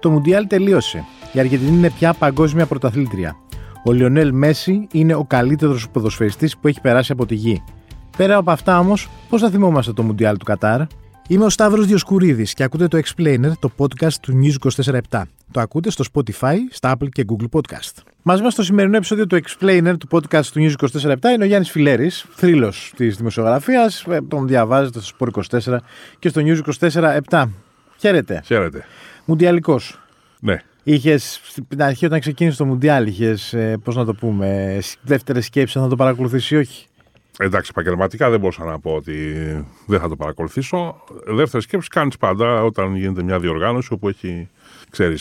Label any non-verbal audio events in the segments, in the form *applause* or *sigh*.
Το Μουντιάλ τελείωσε. Η Αργεντινή είναι πια παγκόσμια πρωταθλήτρια. Ο Λιονέλ Μέση είναι ο καλύτερος ποδοσφαιριστής που έχει περάσει από τη γη. Πέρα από αυτά όμως, πώς θα θυμόμαστε το Μουντιάλ του Κατάρ. Είμαι ο Σταύρος Διοσκουρίδης και ακούτε το Explainer, το podcast του News 24-7. Το ακούτε στο Spotify, στα Apple και Google Podcast. Μαζί μας στο σημερινό επεισόδιο του Explainer, του podcast του News 24-7, είναι ο Γιάννης Φιλέρης, θρύλος της δημοσιογραφίας. Ε, Τον διαβάζετε στο Sport 24 και στο News 24-7. Χαίρετε. Χαίρετε. Μουντιαλικός. Ναι. Είχες στην αρχή όταν ξεκίνησε το Μουντιάλ, είχες, πώς να το πούμε, δεύτερες σκέψεις αν θα το παρακολουθήσεις ή όχι. Εντάξει, επαγγελματικά δεν μπορούσα να πω ότι δεν θα το παρακολουθήσω. Δεύτερη σκέψη κάνεις πάντα όταν γίνεται μια διοργάνωση όπου έχει, ξέρεις,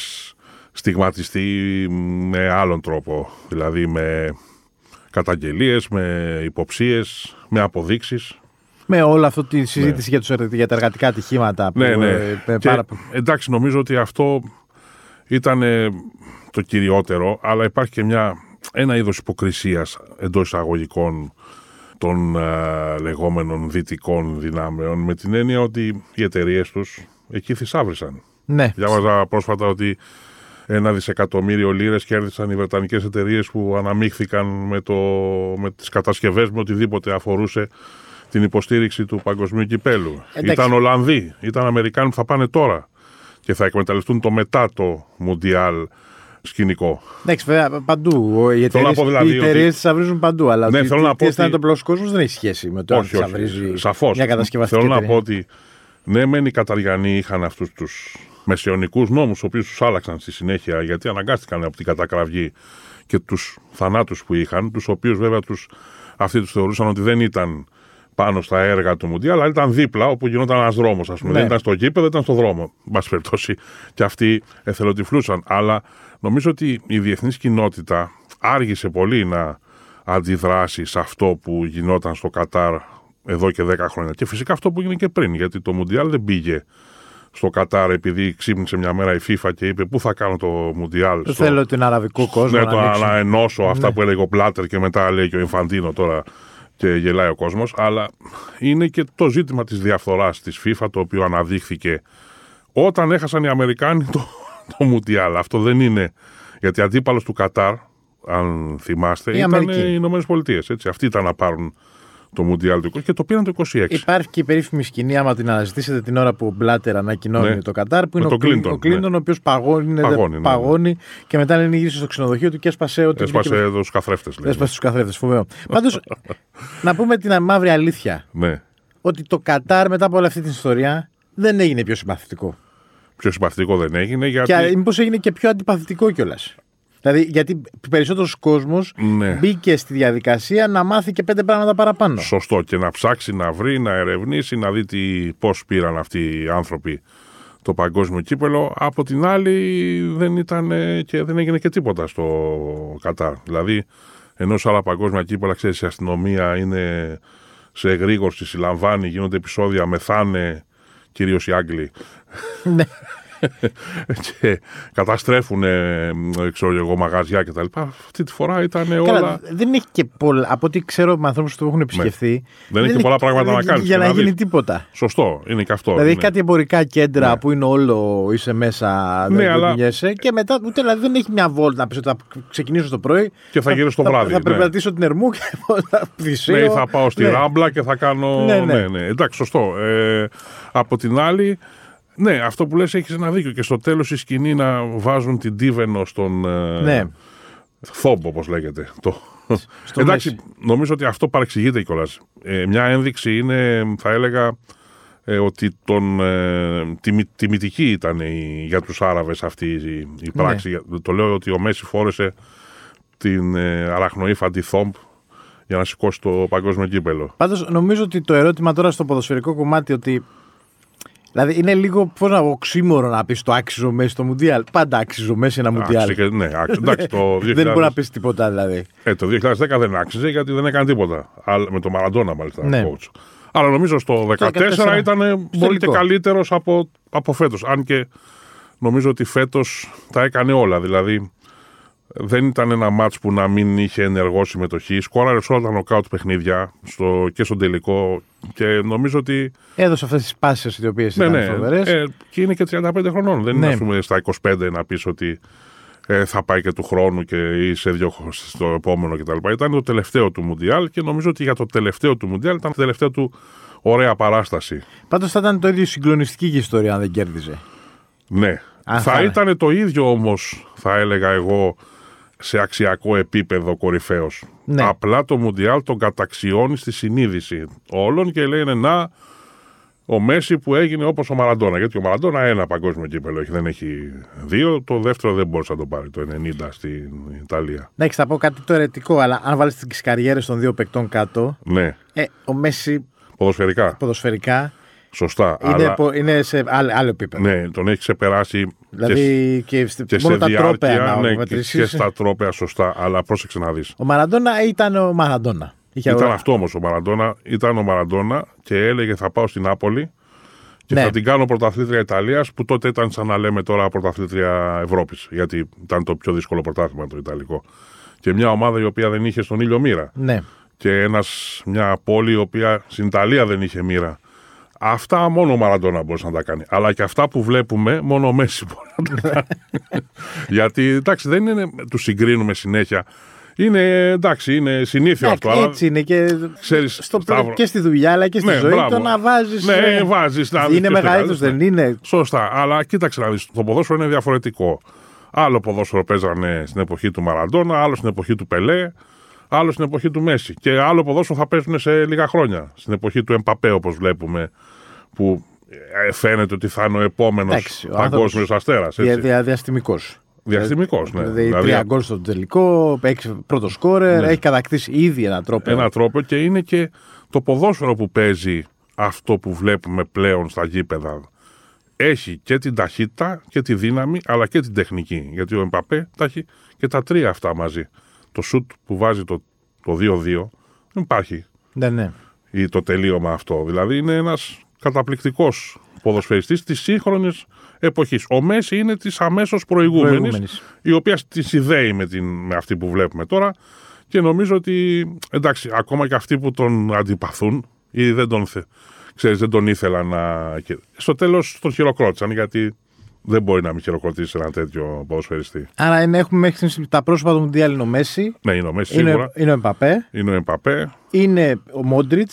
στιγματιστεί με άλλον τρόπο. Δηλαδή με καταγγελίες, με υποψίες, με αποδείξεις. Με όλη αυτή τη συζήτηση για, τους, για τα εργατικά ατυχήματα. Ναι, που, ναι. ε, ε, Και, πάρα πο- Εντάξει, νομίζω ότι αυτό ήταν ε, το κυριότερο, αλλά υπάρχει και μια, ένα είδος υποκρισίας εντός εισαγωγικών των ε, λεγόμενων δυτικών δυνάμεων, με την έννοια ότι οι εταιρείες τους εκεί θησάβρισαν. Ναι. Διάβαζα πρόσφατα ότι ένα δισεκατομμύριο λίρες κέρδισαν οι Βρετανικές εταιρείες που αναμίχθηκαν με, το, με τις κατασκευές, με οτιδήποτε αφορούσε την υποστήριξη του παγκοσμίου κυπέλου. Εντάξει. Ήταν Ολλανδοί, ήταν Αμερικάνοι που θα πάνε τώρα και θα εκμεταλλευτούν το μετά το Μουντιάλ σκηνικό. Εντάξει, βέβαια παντού. Ο- Οι εταιρείες πω δηλαδή ότι- δηλαδή, τι αυρίζουν παντού. Αλλά Ναι, ότι- θέλω να τι- πω τι αισθάνεται ότι- ο πλούσιο κόσμος δεν έχει σχέση με το αν όχι, τι όχι. αυρίζει Σαφώς. μια κατασκευαστική. Θέλω να πω εταιρεία. ότι ναι, μεν οι Καταριανοί είχαν αυτούς τους μεσαιωνικούς νόμους, του οποίους τους άλλαξαν στη συνέχεια γιατί αναγκάστηκαν από την κατακραυγή και τους θανάτους που είχαν, τους οποίους βέβαια τους, αυτοί τους θεωρούσαν ότι δεν ήταν πάνω στα έργα του Μουντιά, αλλά ήταν δίπλα όπου γινόταν ένας δρόμος, ας πούμε. Ναι. Δεν ήταν στο γήπεδο, ήταν στο δρόμο. Εν πάση περιπτώσει, και αυτοί εθελοτυφλούσαν. Αλλά νομίζω ότι η διεθνής κοινότητα άργησε πολύ να αντιδράσει σε αυτό που γινόταν στο Κατάρ εδώ και 10 χρόνια. Και φυσικά αυτό που έγινε και πριν, γιατί το Μουντιάλ δεν πήγε στο Κατάρ επειδή ξύπνησε μια μέρα η FIFA και είπε Πού θα κάνω το Μουντιάλ. Δεν στο- θέλω τον αραβικό κόσμο ναι, να το ανοίξουν. αναενώσω αυτά που έλεγε ο Πλάτερ και μετά λέει και ο Ινφαντίνο τώρα και γελάει ο κόσμος. Αλλά είναι και το ζήτημα της διαφθοράς της FIFA το οποίο αναδείχθηκε όταν έχασαν οι Αμερικάνοι το, το Μουντιάλ. Αυτό δεν είναι. Γιατί αντίπαλος του Κατάρ, αν θυμάστε, Η ήταν Αμερική. οι Ηνωμένες Πολιτείες. Αυτοί ήταν να πάρουν το Μουντιάλ του 20 και το πήραν το 26. Υπάρχει και η περίφημη σκηνή, άμα την αναζητήσετε την ώρα που ο Μπλάτερ ανακοινώνει Ναι. το Κατάρ, που Με είναι ο τον Κλίν- Κλίντον, ναι. ο Κλίντον, ο οποίος παγώνει, Παγώνει, ναι. παγώνει και μετά λένε γύρισε στο ξενοδοχείο του και έσπασε ό,τι. Έσπασε εδώ στους καθρέφτες, λέει. Έσπασε του καθρέφτες, φοβερό. Πάντως, *laughs* να πούμε την μαύρη αλήθεια. Ναι. Ότι το Κατάρ μετά από όλη αυτή την ιστορία δεν έγινε πιο συμπαθητικό. Πιο συμπαθητικό δεν έγινε γιατί. Και μήπως έγινε και πιο αντιπαθητικό κιόλας. Δηλαδή, γιατί περισσότερος κόσμος Ναι. μπήκε στη διαδικασία να μάθει και πέντε πράγματα παραπάνω. Σωστό. Και να ψάξει, να βρει, να ερευνήσει, να δει τι, πώς πήραν αυτοί οι άνθρωποι το παγκόσμιο κύπελο. Από την άλλη δεν, ήταν, ε, και δεν έγινε και τίποτα στο Κατάρ. Δηλαδή, ενώ σε άλλα παγκόσμια κύπελα, ξέρεις, η αστυνομία είναι σε εγρήγορση, συλλαμβάνει, γίνονται επεισόδια, μεθάνε, κυρίως οι Άγγλοι. *laughs* Ναι. και καταστρέφουν ε, ξέρω εγώ, μαγαζιά κτλ. Αυτή τη φορά ήταν όλα. Καλά, δεν έχει και πολλά. Από ό,τι ξέρω με ανθρώπους που το έχουν επισκεφθεί. έχει και έχει- πολλά πράγματα δεν να έχει κάνεις Για δηλαδή. ναι. και να, να δεις. γίνει τίποτα. Σωστό, είναι και αυτό. Δηλαδή, έχει είναι. κάτι εμπορικά κέντρα που είναι όλο είσαι μέσα, Ναι, δεν αλλά- κουνιέσαι. Και μετά, ούτε δηλαδή δεν έχει μια βόλτα να πεις ότι θα ξεκινήσω το πρωί. Και θα γυρίσω το βράδυ, Θα, ναι. περπατήσω την Ερμού και θα πλησίω. Ναι, ή θα πάω στη Ναι. ράμπλα και θα κάνω. Ναι, ναι. Εντάξει, σωστό. Ε, από την άλλη, ναι, αυτό που λες έχεις ένα δίκιο. Και στο τέλος η σκηνή να βάζουν την Τίβενο στον. ε, Ναι. Θόμπο, όπως λέγεται. Το... Στο Εντάξει, μέση. νομίζω ότι αυτό παρεξηγείται κιόλας. Ε, μια ένδειξη είναι, θα έλεγα, ε, ότι τον, ε, τιμη, τιμητική ήταν η, για τους Άραβες αυτή η, η πράξη. Ναι. Για- Το λέω ότι ο Μέση φόρεσε την ε, αραχνοήφαντη θόμπ για να σηκώσει το παγκόσμιο κύπελο. Πάντως, νομίζω ότι το ερώτημα τώρα στο ποδοσφαιρικό κομμάτι ότι. Δηλαδή, είναι λίγο πώς να πω, οξύμορο να πεις το άξιζο ο Μέση στο Μουντιάλ. Πάντα άξιζο ο Μέση ένα Μουντιάλ. Άξιζε και- ναι, άξι- εντάξει, το 2000, Δεν μπορεί να πεις τίποτα δηλαδή. ε, το 2010 δεν άξιζε γιατί δεν έκανε τίποτα. Αλλά- με τον Μαραντόνα, μάλιστα. Ναι. coach. Αλλά νομίζω στο 14 2014 ήταν πολύ και τελικό. καλύτερος από, από φέτος. Αν και νομίζω ότι φέτος τα έκανε όλα. Δηλαδή δεν ήταν ένα μάτς που να μην είχε ενεργό συμμετοχή. Σκόραρες σε όλα τα νοκάουτ παιχνίδια στο, και στον τελικό. Και νομίζω ότι. Έδωσε αυτές τις πάσει οι οποίες Ναι, ήταν ναι. φοβερές. Ε, και είναι και 35 χρονών. Δεν Ναι. είναι, ας πούμε, στα 25 να πεις ότι ε, θα πάει και του χρόνου και ή σε δύο, χ- στο επόμενο κτλ. Ήταν το τελευταίο του Μουντιάλ και νομίζω ότι για το τελευταίο του Μουντιάλ ήταν η τελευταία του ωραία παράσταση. Πάντως θα ήταν το ίδιο συγκλονιστική και η ιστορία αν δεν κέρδιζε. Ναι. Α, θα θα- ήταν το ίδιο όμως, θα έλεγα εγώ, σε αξιακό επίπεδο κορυφαίος. Ναι. Απλά το Μουντιάλ τον καταξιώνει στη συνείδηση όλων και λένε να. Ο Μέση που έγινε όπως ο Μαραντόνα. Γιατί ο Μαραντόνα ένα παγκόσμιο κύπελο έχει, δεν έχει δύο. Το δεύτερο δεν μπορούσε να το πάρει το 90 στην Ιταλία. Εντάξει, θα πω κάτι το αιρετικό, αλλά αν βάλεις τις καριέρες των δύο παικτών κάτω, Ναι, ε, ο Μέση ποδοσφαιρικά. ποδοσφαιρικά Σωστά. είναι, αλλά πο- είναι σε άλλο, άλλο επίπεδο. ναι, τον έχει ξεπεράσει και, Δηλαδή και, σ- και μόνο σε τα τρόπαια διάρκεια να ναι, και, μετρήσεις. και στα τρόπαια. Σωστά. Αλλά πρόσεξε να δεις. Ο Μαραντόνα ήταν ο Μαραντόνα. Είχε Ήταν αγορά- αυτό όμως ο Μαραντόνα. Ήταν ο Μαραντόνα και έλεγε θα πάω στην Νάπολη και Ναι. θα την κάνω πρωταθλήτρια Ιταλίας που τότε ήταν σαν να λέμε τώρα πρωταθλήτρια Ευρώπης. Γιατί ήταν το πιο δύσκολο πρωτάθλημα το Ιταλικό. Και μια ομάδα η οποία δεν είχε στον ήλιο μοίρα. Ναι. Και ένας, μια πόλη η οποία στην Ιταλία δεν είχε μοίρα. Αυτά μόνο ο Μαραντόνα μπορούσε να τα κάνει. Αλλά και αυτά που βλέπουμε, μόνο ο Μέση μπορεί να τα κάνει. *laughs* Γιατί εντάξει, δεν είναι. Του συγκρίνουμε συνέχεια. Είναι εντάξει, είναι συνήθιο Εντάξει, αυτό. αλλά Ναι, έτσι είναι και, Ξέρεις, στο, Σταύρο. και στη δουλειά αλλά και στη ζωή το να βάζεις. Ναι, βάζεις, να δεις είναι ποιος το μεγαλύτερο, βάζει, ναι. δεν είναι. Σωστά. Αλλά κοίταξε να δεις. Το ποδόσφαιρο είναι διαφορετικό. Άλλο ποδόσφαιρο παίζανε στην εποχή του Μαραντόνα, άλλο στην εποχή του Πελέ, άλλο στην εποχή του Μέση. Και άλλο ποδόσφαιρο θα παίζουν σε λίγα χρόνια. Στην εποχή του Εμπαπέ, όπως βλέπουμε, που ε, φαίνεται ότι θα είναι ο επόμενος Εντάξει, ο παγκόσμιος αστέρας. Δια, δια, διαστημικός. Διαστημικός, ναι. Δηλαδή, τρία γκολ στο τελικό, έξι- πρώτο σκόρερ, έχει κατακτήσει ήδη ένα τρόπο. ένα τρόπο και είναι και το ποδόσφαιρο που παίζει αυτό που βλέπουμε πλέον στα γήπεδα. Έχει και την ταχύτητα και τη δύναμη αλλά και την τεχνική. Γιατί ο Εμπαπέ τα έχει και τα τρία αυτά μαζί. Το σουτ που βάζει το, το 2-2 δεν υπάρχει Ναι, ναι. ή το τελείωμα αυτό. Δηλαδή είναι ένας καταπληκτικός ποδοσφαιριστής της σύγχρονης εποχής. Ο Μέση είναι της αμέσως προηγούμενης, Προηγούμενης. η οποία τη συνδέει με, την, με αυτή που βλέπουμε τώρα και νομίζω ότι εντάξει, ακόμα και αυτοί που τον αντιπαθούν ή δεν τον, θε- ξέρεις, δεν τον ήθελαν να... και Στο τέλος τον χειροκρότησαν γιατί δεν μπορεί να μην χειροκροτήσει ένα τέτοιο ποδοσφαιριστή. Άρα είναι, έχουμε μέχρι στιγμής τα πρόσωπα του Μουντιάλ είναι ο Μέση, Ναι, είναι ο Μέση είναι, σίγουρα, είναι ο Εμπαπέ, είναι ο Εμπαπέ, είναι ο Μόντριτ,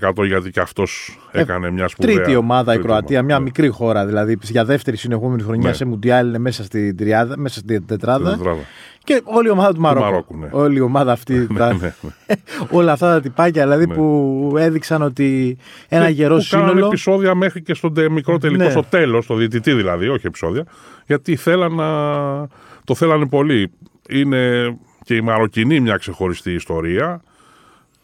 100% γιατί και αυτός έκανε μια σπουδαία... Ε, τρίτη ομάδα η τρίτη Κροατία, μια ναι. μικρή χώρα δηλαδή για δεύτερη συνεχόμενη χρονιά Ναι. σε Μουντιάλ είναι μέσα στην, τριάδα, μέσα στην τετράδα. Τετράδα. Και όλη η ομάδα του Μαρόκου. Μαρόκου, ναι. Ναι. Όλη η ομάδα αυτή. τα... Ε, *laughs* όλα αυτά τα τυπάκια δηλαδή που έδειξαν ότι ένα γερό που κάνανε σύνολο. επεισόδια μέχρι και στον τε- μικρό τελικό, Ναι. στο τέλος, στο διαιτητή δηλαδή, όχι επεισόδια. Γιατί θέλαν να... το θέλανε πολύ. Είναι και η Μαροκινή μια ξεχωριστή ιστορία.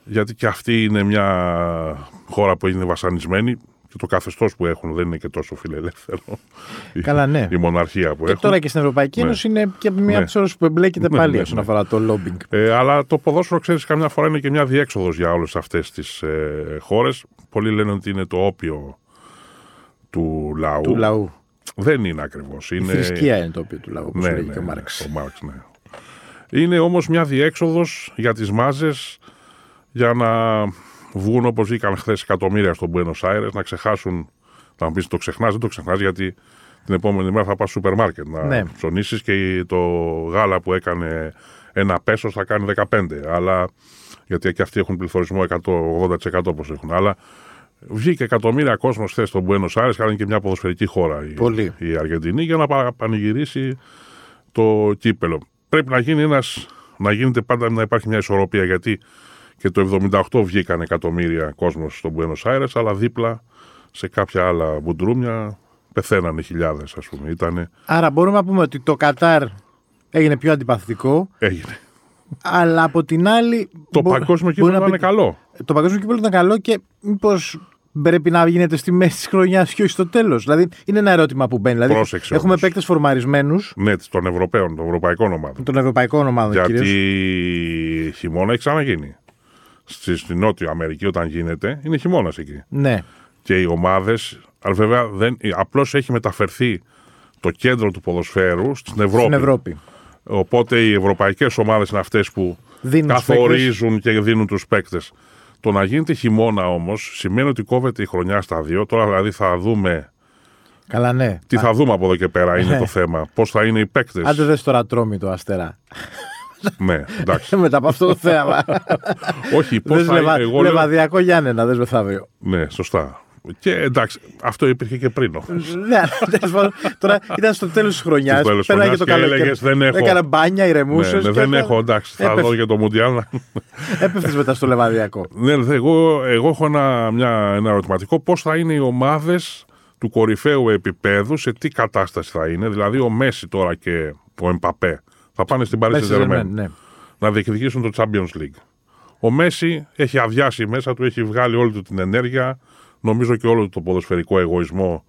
Γιατί και αυτή είναι μια χώρα που είναι βασανισμένη και το καθεστώς που έχουν δεν είναι και τόσο φιλελεύθερο. Καλά, ναι. Η μοναρχία που Και έχουν. τώρα και στην Ευρωπαϊκή Ε, Ναι. Ένωση είναι και μια Ναι. από τις ώρες που εμπλέκεται Ναι, πάλι ναι, όσον ναι. αφορά το λόμπινγκ. Ε, αλλά το ποδόσφαιρο, ξέρεις, καμιά φορά είναι και μια διέξοδος για όλες αυτές τις ε, χώρες. Πολλοί λένε ότι είναι το όπιο του λαού. του λαού. Δεν είναι ακριβώς. Η Είναι... θρησκεία είναι το οποίο του λαού, όπως Ναι, λέγει ναι, και ο Μάρξ. ο ναι. Είναι όμως μια διέξοδος για τις μάζες για να βγουν όπως βγήκαν χθες εκατομμύρια στον Buenos Aires, να ξεχάσουν. Να μου πεις το ξεχνάς, δεν το ξεχνάς, γιατί την επόμενη μέρα θα πας στο σούπερ μάρκετ να Ναι. ψωνίσεις και το γάλα που έκανε ένα πέσο θα κάνει 15. Αλλά γιατί και αυτοί έχουν πληθωρισμό 180% όπως έχουν. Αλλά βγήκε εκατομμύρια κόσμος χθες στον Buenos Aires, κάνει και μια ποδοσφαιρική χώρα η, Πολύ. η Αργεντινή, για να πα- πανηγυρίσει το κύπελο. Πρέπει να γίνει ένας, να γίνεται πάντα να υπάρχει μια ισορροπία γιατί και το 78 βγήκαν εκατομμύρια κόσμος στον Buenos Aires, αλλά δίπλα σε κάποια άλλα μπουντρούμια πεθαίνανε χιλιάδες ας πούμε. Ήτανε, Άρα μπορούμε να πούμε ότι το Κατάρ έγινε πιο αντιπαθητικό, έγινε. αλλά από την άλλη. Το μπο- παγκόσμιο μπορεί κύπελο να ήταν πει- καλό. Το παγκόσμιο κύπελο ήταν καλό και μήπως πρέπει να γίνεται στη μέση της χρονιάς και όχι στο τέλος. Δηλαδή είναι ένα ερώτημα που μπαίνει. Δηλαδή, Πρόσεξε έχουμε όμως. παίκτες φορμαρισμένους Ναι, των Ευρωπαίων, των Ευρωπαϊκών ομάδων. των ευρωπαϊκών ομάδων κυρίως. Γιατί χειμώνα έχει ξαναγίνει. Στη, στη Νότια Αμερική όταν γίνεται είναι χειμώνας εκεί. Ναι. και οι ομάδες. Αλλά βέβαια δεν, απλώς έχει μεταφερθεί το κέντρο του ποδοσφαίρου στην Ευρώπη. Στην Ευρώπη. Οπότε οι ευρωπαϊκές ομάδες είναι αυτές που Δίνουν τους καθορίζουν και δίνουν τους παίκτες. Το να γίνεται χειμώνα όμως σημαίνει ότι κόβεται η χρονιά στα δύο. Τώρα δηλαδή θα δούμε. Καλά, ναι. Τι θα δούμε από εδώ και *laughs* πέρα είναι το θέμα. Πώς θα είναι οι παίκτες. Άντε δες τώρα τρώμη το αστερά. Ναι, *laughs* εντάξει. Μετά από αυτό το θέαμα. Όχι, πώς Δες θα λεβα... είναι. Εγώ λέω- Λεβαδιακό Γιάννενα, δες μεθαύριο. Ναι, σωστά. Και εντάξει, αυτό υπήρχε και πριν. όμως. *laughs* ναι, αλλά τέλος πάντων, τώρα ήταν στο τέλος της χρονιάς. Στο τέλος της Πέραγε χρονιάς το και καλοκαίρι. έλεγες, «Δεν έχω». Έκανα μπάνια, Ναι, ηρεμούσε. ναι, δεν έχω, εντάξει, θα δω για το Μουντιάλ. να- Έπεφτε μετά στο λεβαδιακό. Ναι, δε, εγώ, εγώ έχω ένα, μια, ένα ερωτηματικό. Πώς θα είναι οι ομάδες του κορυφαίου επίπεδου, σε τι κατάσταση θα είναι. Δηλαδή, ο Μέση τώρα και ο Εμπαπέ θα πάνε στην Παρίσι Μέσα Saint-Germain ναι. να διεκδικήσουν το Champions League. Ο Μέση έχει αδειάσει μέσα του, έχει βγάλει όλη του την ενέργεια, νομίζω και όλο του το ποδοσφαιρικό εγωισμό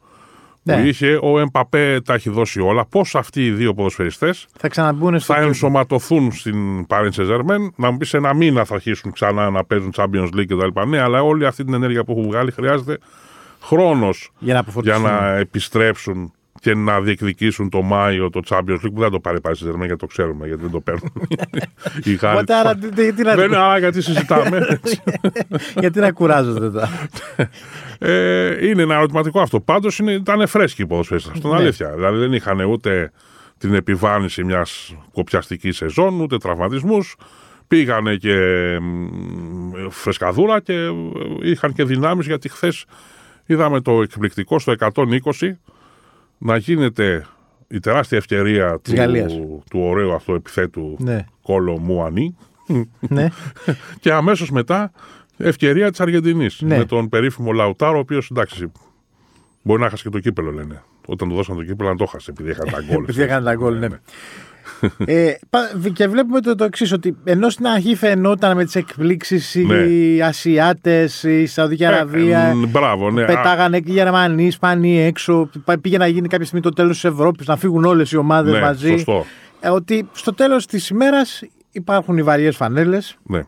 Ναι. που είχε. Ο Εμπαπέ τα έχει δώσει όλα. Πώς αυτοί οι δύο ποδοσφαιριστές Θα ξαναμπούν στο. θα ενσωματωθούν στην Paris Saint-Germain. Να μου πεις σε ένα μήνα θα αρχίσουν ξανά να παίζουν Champions League κτλ. Ναι, αλλά όλη αυτή την ενέργεια που έχουν βγάλει χρειάζεται χρόνος Για να για αποφορτιστούν. να επιστρέψουν και να διεκδικήσουν το Μάιο το Champions League που δεν το πάρει η Paris Saint-Germain γιατί το ξέρουμε, γιατί δεν το παίρνουν οι Γάλλοι. Οπότε, άρα, τι, τι- τι να- Δεν είναι άρα γιατί συζητάμε. γιατί να κουράζονται τώρα. Ε, είναι ένα ερωτηματικό αυτό. Πάντως ήταν φρέσκοι οι ποδοσφαίρε. Αυτό είναι Ναι. αλήθεια. Δηλαδή δεν είχαν ούτε την επιβάρυνση μιας κοπιαστικής σεζόν, ούτε τραυματισμούς. Πήγανε και μ, φρεσκαδούρα και ε, είχαν και δυνάμεις γιατί χθες είδαμε το εκπληκτικό στο 120 να γίνεται η τεράστια ευκαιρία του, Γαλλίας. του ωραίου αυτού επιθέτου Ναι. Κόλο Μουανί ναι. και αμέσως μετά ευκαιρία της Αργεντινής. Ναι. Με τον περίφημο Λαουτάρο, ο οποίος εντάξει. Μπορεί να χάσει και το κύπελο, λένε. Όταν του δώσαν το κύπελο, να το χάσει, επειδή είχαν *laughs* τα γκολ. Επειδή έκανε τα γκολ, ναι. ε, πα- και βλέπουμε το, το εξής, ότι ενώ στην αρχή φαινόταν με τις εκπλήξεις οι Ασιάτες, η Σαουδική Αραβία. Ναι. Ε, μ, Μπράβο, ναι. Α, Πετάγανε και οι Γερμανοί, οι Ισπανοί έξω. Πα- Πήγε να γίνει κάποια στιγμή το τέλος της Ευρώπης, να φύγουν όλες οι ομάδες ναι, μαζί. Σωστό. Ε, ότι στο τέλος της ημέρας υπάρχουν οι βαριές φανέλες Ναι.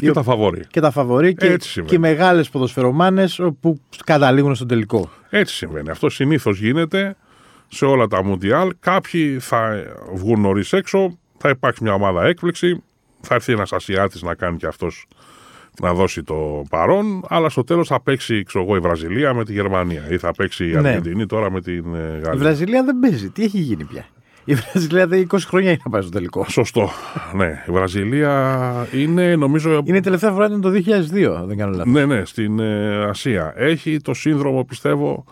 Και τα φαβόρει. και τα φαβορή και, Έτσι συμβαίνει. και μεγάλες ποδοσφαιρομάνες που καταλήγουν στον τελικό. Έτσι συμβαίνει. Αυτό συνήθως γίνεται σε όλα τα Μουντιάλ. Κάποιοι θα βγουν νωρίς έξω, θα υπάρξει μια ομάδα έκπληξη, θα έρθει ένας Ασιάτης να κάνει και αυτός να δώσει το παρόν, αλλά στο τέλος θα παίξει ξέρω εγώ, η Βραζιλία με τη Γερμανία ή θα παίξει η Ναι. Αργεντινή τώρα με την ε, Η Γαλλία. Βραζιλία δεν παίζει. Τι έχει γίνει πια. Η Βραζιλία δεν 20 χρόνια έχει να πάει στο τελικό. Σωστό. *laughs* Ναι, η Βραζιλία είναι νομίζω. Είναι η τελευταία φορά ήταν το 2002, αν δεν κάνω λάθος. Ναι, ναι, στην ε, Ασία. Έχει το σύνδρομο, πιστεύω.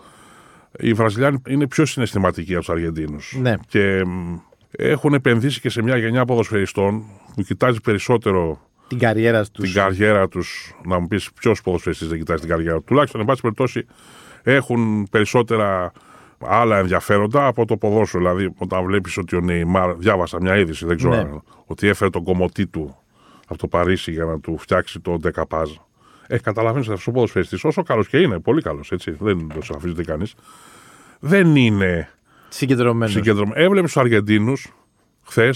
Οι Βραζιλιάνοι είναι πιο συναισθηματικοί από τους Αργεντίνους. Ναι. Και μ, έχουν επενδύσει και σε μια γενιά ποδοσφαιριστών που κοιτάζει περισσότερο Την καριέρα τους. την καριέρα τους. Να μου πεις ποιος ποδοσφαιριστής δεν κοιτάζει την καριέρα του. Τουλάχιστον, εν πάση περιπτώσει, έχουν περισσότερα άλλα ενδιαφέροντα από το ποδόσφαιρο. Δηλαδή, όταν βλέπεις ότι ο Νεϊμάρ. Διάβασα μια είδηση, δεν ξέρω Ναι. αν. Ότι έφερε τον κομμωτή του από το Παρίσι για να του φτιάξει το Ντεκαπάζ. Ε, καταλαβαίνεις ότι αυτό ο ποδοσφαιριστή, όσο καλός και είναι, πολύ καλός, έτσι. Δεν το αφήνεται κανείς. Δεν είναι Συγκεντρωμένος. συγκεντρωμένος. Έβλεπε τους Αργεντίνους χθες.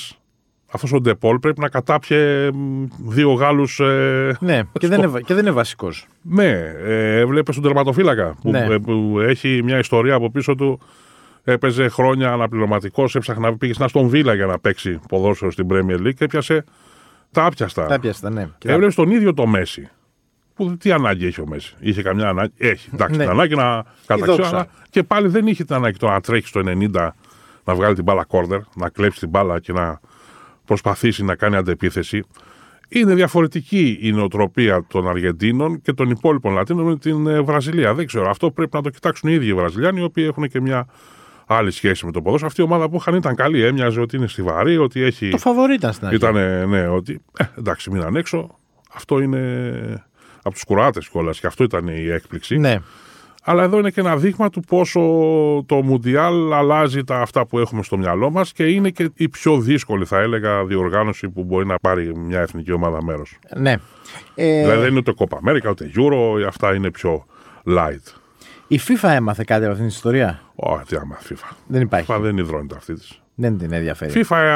Αυτός ο Ντεπόλ πρέπει να κατάπιε μ, δύο Γάλλους. Ε, *laughs* Ναι, και δεν, είναι, βα- και δεν είναι βασικός. ναι, ε, έβλεπε τον τερματοφύλακα που, Ναι. ε, που έχει μια ιστορία από πίσω του. Έπαιζε χρόνια αναπληρωματικός, έψαχνε να πήγε στην Αστον Βίλα για να παίξει ποδόσφαιρο στην Premier League και έπιασε τα άπιαστα. Τα πιάστα, ναι. Και- Έβλεπε τον ίδιο το Μέση. Που τι ανάγκη έχει ο Μέση. Είχε καμιά ανάγκη. Έχει. Εντάξει, Ναι. την ανάγκη να καταξιώ, δόξα. αλλά και πάλι δεν είχε την ανάγκη το να τρέχει στο 90, να βγάλει την μπάλα κόρνερ, να κλέψει την μπάλα και να προσπαθήσει να κάνει αντεπίθεση. Είναι διαφορετική η νοοτροπία των Αργεντίνων και των υπόλοιπων Λατίνων με την ε, Βραζιλία. Δεν ξέρω. Αυτό πρέπει να το κοιτάξουν οι ίδιοι οι Βραζιλιάνοι, οι οποίοι έχουν και μια άλλη σχέση με το ποδόσφαιρο. Αυτή η ομάδα που είχαν ήταν καλή. Έμοιαζε ότι είναι στιβαρή, ότι έχει. Το φαβορή ήταν στην αρχή. Ήταν, ναι, ότι ε, εντάξει, μείναν έξω. Αυτό είναι από τους κουράτε κιόλας και αυτό ήταν η έκπληξη. Ναι. Αλλά εδώ είναι και ένα δείγμα του πόσο το Μουντιάλ αλλάζει τα αυτά που έχουμε στο μυαλό μας και είναι και η πιο δύσκολη, θα έλεγα, διοργάνωση που μπορεί να πάρει μια εθνική ομάδα μέρος. ναι. Ε, Δηλαδή δεν είναι ούτε Copa America, ούτε Euro, αυτά είναι πιο light. Η FIFA έμαθε κάτι από αυτήν την ιστορία. Ω, τι άμα FIFA. Δεν υπάρχει. FIFA δεν υδρώνεται αυτή της. Δεν την ενδιαφέρει. FIFA ε,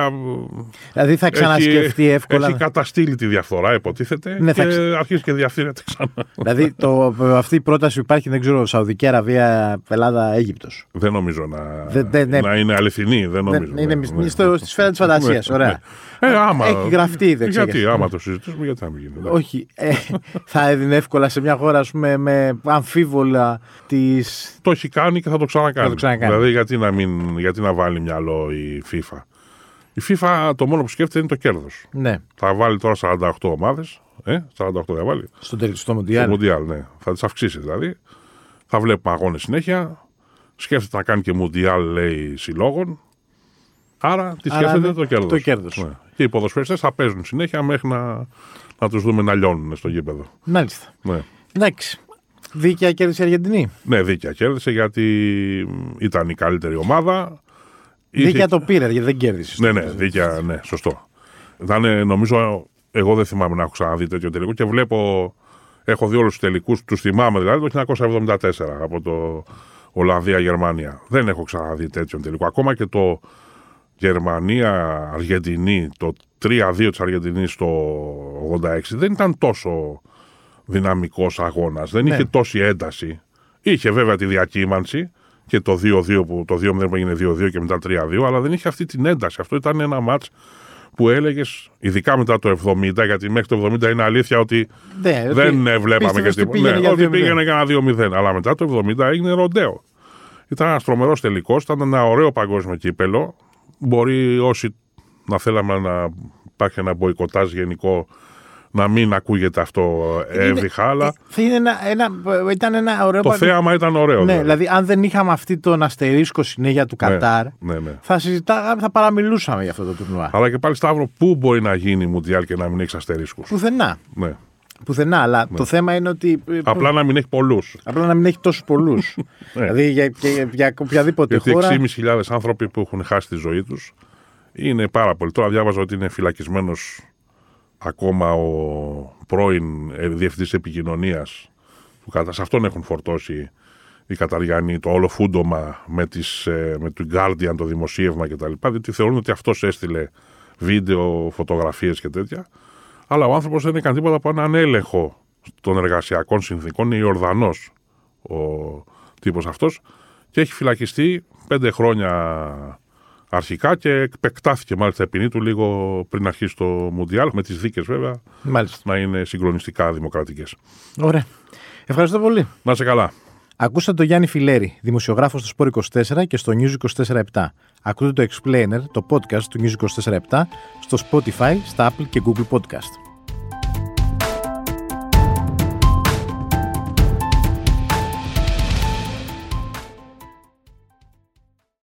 Δηλαδή θα ξανασκεφτεί εύκολα. έχει καταστήλει τη διαφθορά, υποτίθεται. Ναι, και θα ξε- αρχίζει και διαφθείρεται ξανά. δηλαδή το, αυτή η πρόταση που υπάρχει, δεν ξέρω, Σαουδική Αραβία, Ελλάδα, Αίγυπτος. Δεν νομίζω να, Δεν- δεν- ναι. να είναι αληθινή. Δεν νομίζω. είναι ναι, μισ- ναι. στο- στη σφαίρα της φαντασίας, Ναι, ωραία. ναι. Ε, άμα, Έχει γραφτεί, δεν ξέρω. Ναι. Γιατί, άμα το συζητήσουμε, γιατί να μην γίνει. εντάξει. Όχι. ε, θα έδινε εύκολα σε μια χώρα ας πούμε, με αμφίβολα της. Το έχει κάνει και θα το ξανακάνει. Θα το ξανακάνει. Δηλαδή, γιατί να, μην, γιατί να βάλει μυαλό η FIFA. Η FIFA το μόνο που σκέφτεται είναι το κέρδος. Ναι, Θα βάλει τώρα 48 ομάδες. Ε, 48 θα βάλει. στο τελικό στο Το Μοντιάλ. Μουντιάλ, ναι. Θα τις αυξήσει δηλαδή. Θα βλέπουμε αγώνες συνέχεια. Σκέφτεται να κάνει και Μουντιάλ, λέει, συλλόγων. Άρα τι Άρα, σκέφτεται ναι, το κέρδος. το κέρδος. Και οι ποδοσφαιριστές θα παίζουν συνέχεια μέχρι να, να τους δούμε να λιώνουν στο γήπεδο. Μάλιστα. Ναι. Εντάξει. Δίκαια κέρδισε η Αργεντινή. ναι, δίκαια κέρδισε γιατί ήταν η καλύτερη ομάδα. Είχε- Δίκαια το πήρε, γιατί δεν κέρδισε. Ναι, ναι, δίκαια, ναι, σωστό. Ήταν, ε, νομίζω, εγώ δεν θυμάμαι να έχω ξαναδεί τέτοιο τελικό και βλέπω, έχω δει όλους τους τελικούς, τους θυμάμαι δηλαδή το 1974 από το Ολλανδία-Γερμανία. Δεν έχω ξαναδεί τέτοιο τελικό. Ακόμα και το Γερμανία-Αργεντινή, το 3-2 της Αργεντινής το 86 δεν ήταν τόσο δυναμικός αγώνας. Δεν είχε τόση ένταση. Είχε βέβαια τη διακύμανση και το 2-2 που το 2-0 που έγινε 2-2 και μετά 3-2, αλλά δεν είχε αυτή την ένταση. Αυτό ήταν ένα μάτ που έλεγες, ειδικά μετά το 70, γιατί μέχρι το 70 είναι αλήθεια ότι Ναι, ότι δεν ε, βλέπαμε πίστευες και ότι τίποτα. πήγαινε Ναι, για ότι 2-0. πήγαινε κανένα 2-0. Αλλά μετά το 70 έγινε ροντέο. Ήταν ένας τρομερός τελικός, ήταν ένα ωραίο παγκόσμιο κύπελο. Μπορεί όσοι να θέλαμε να υπάρχει ένα μποϊκοτάζ γενικό να μην ακούγεται αυτό εύδιχα, αλλά Ε, Θα είναι ένα, ένα, ήταν ένα ωραίο το παγκο- θέαμα ήταν ωραίο. Ναι, δηλαδή αν δεν είχαμε αυτή τον αστερίσκο συνέχεια του Κατάρ, Ναι, ναι. θα συζητάγαμε, θα παραμιλούσαμε για αυτό το τουρνουά. Αλλά και πάλι Σταύρο, πού μπορεί να γίνει Μουντιάλ και να μην έχεις αστερίσκους. Πουθενά. Ναι. Πουθενά, αλλά το θέμα είναι ότι. ε, Απλά να μην έχει πολλούς. απλά να μην έχει τόσους πολλούς. *laughs* δηλαδή για, για, για οποιαδήποτε Γιατί χώρα. 6.500 άνθρωποι που έχουν χάσει τη ζωή τους είναι πάρα πολλοί. Τώρα διάβαζα ότι είναι φυλακισμένος ακόμα ο πρώην ε, διευθυντής επικοινωνία. Σε αυτόν έχουν φορτώσει οι Καταριανοί το όλο φούντομα με, τις, ε, με τον Guardian, το δημοσίευμα κτλ. Διότι θεωρούν ότι αυτός έστειλε βίντεο, φωτογραφίες και τέτοια. Αλλά ο άνθρωπος δεν έκανε τίποτα από έναν έλεγχο των εργασιακών συνθήκων. Είναι Ιορδανός ο τύπος αυτός και έχει φυλακιστεί πέντε χρόνια αρχικά και εκπεκτάθηκε μάλιστα η ποινή του λίγο πριν αρχίσει το Μουντιάλ, με τις δίκες βέβαια Μάλιστα. να είναι συγκλονιστικά δημοκρατικές. Ωραία. Ευχαριστώ πολύ. Να σε καλά. Ακούσατε τον Γιάννη Φιλέρη, δημοσιογράφος στο Σπόρ 24 και στο News 24-7. Ακούτε το Explainer, το podcast του News 24-7, στο Spotify, στα Apple και Google Podcast.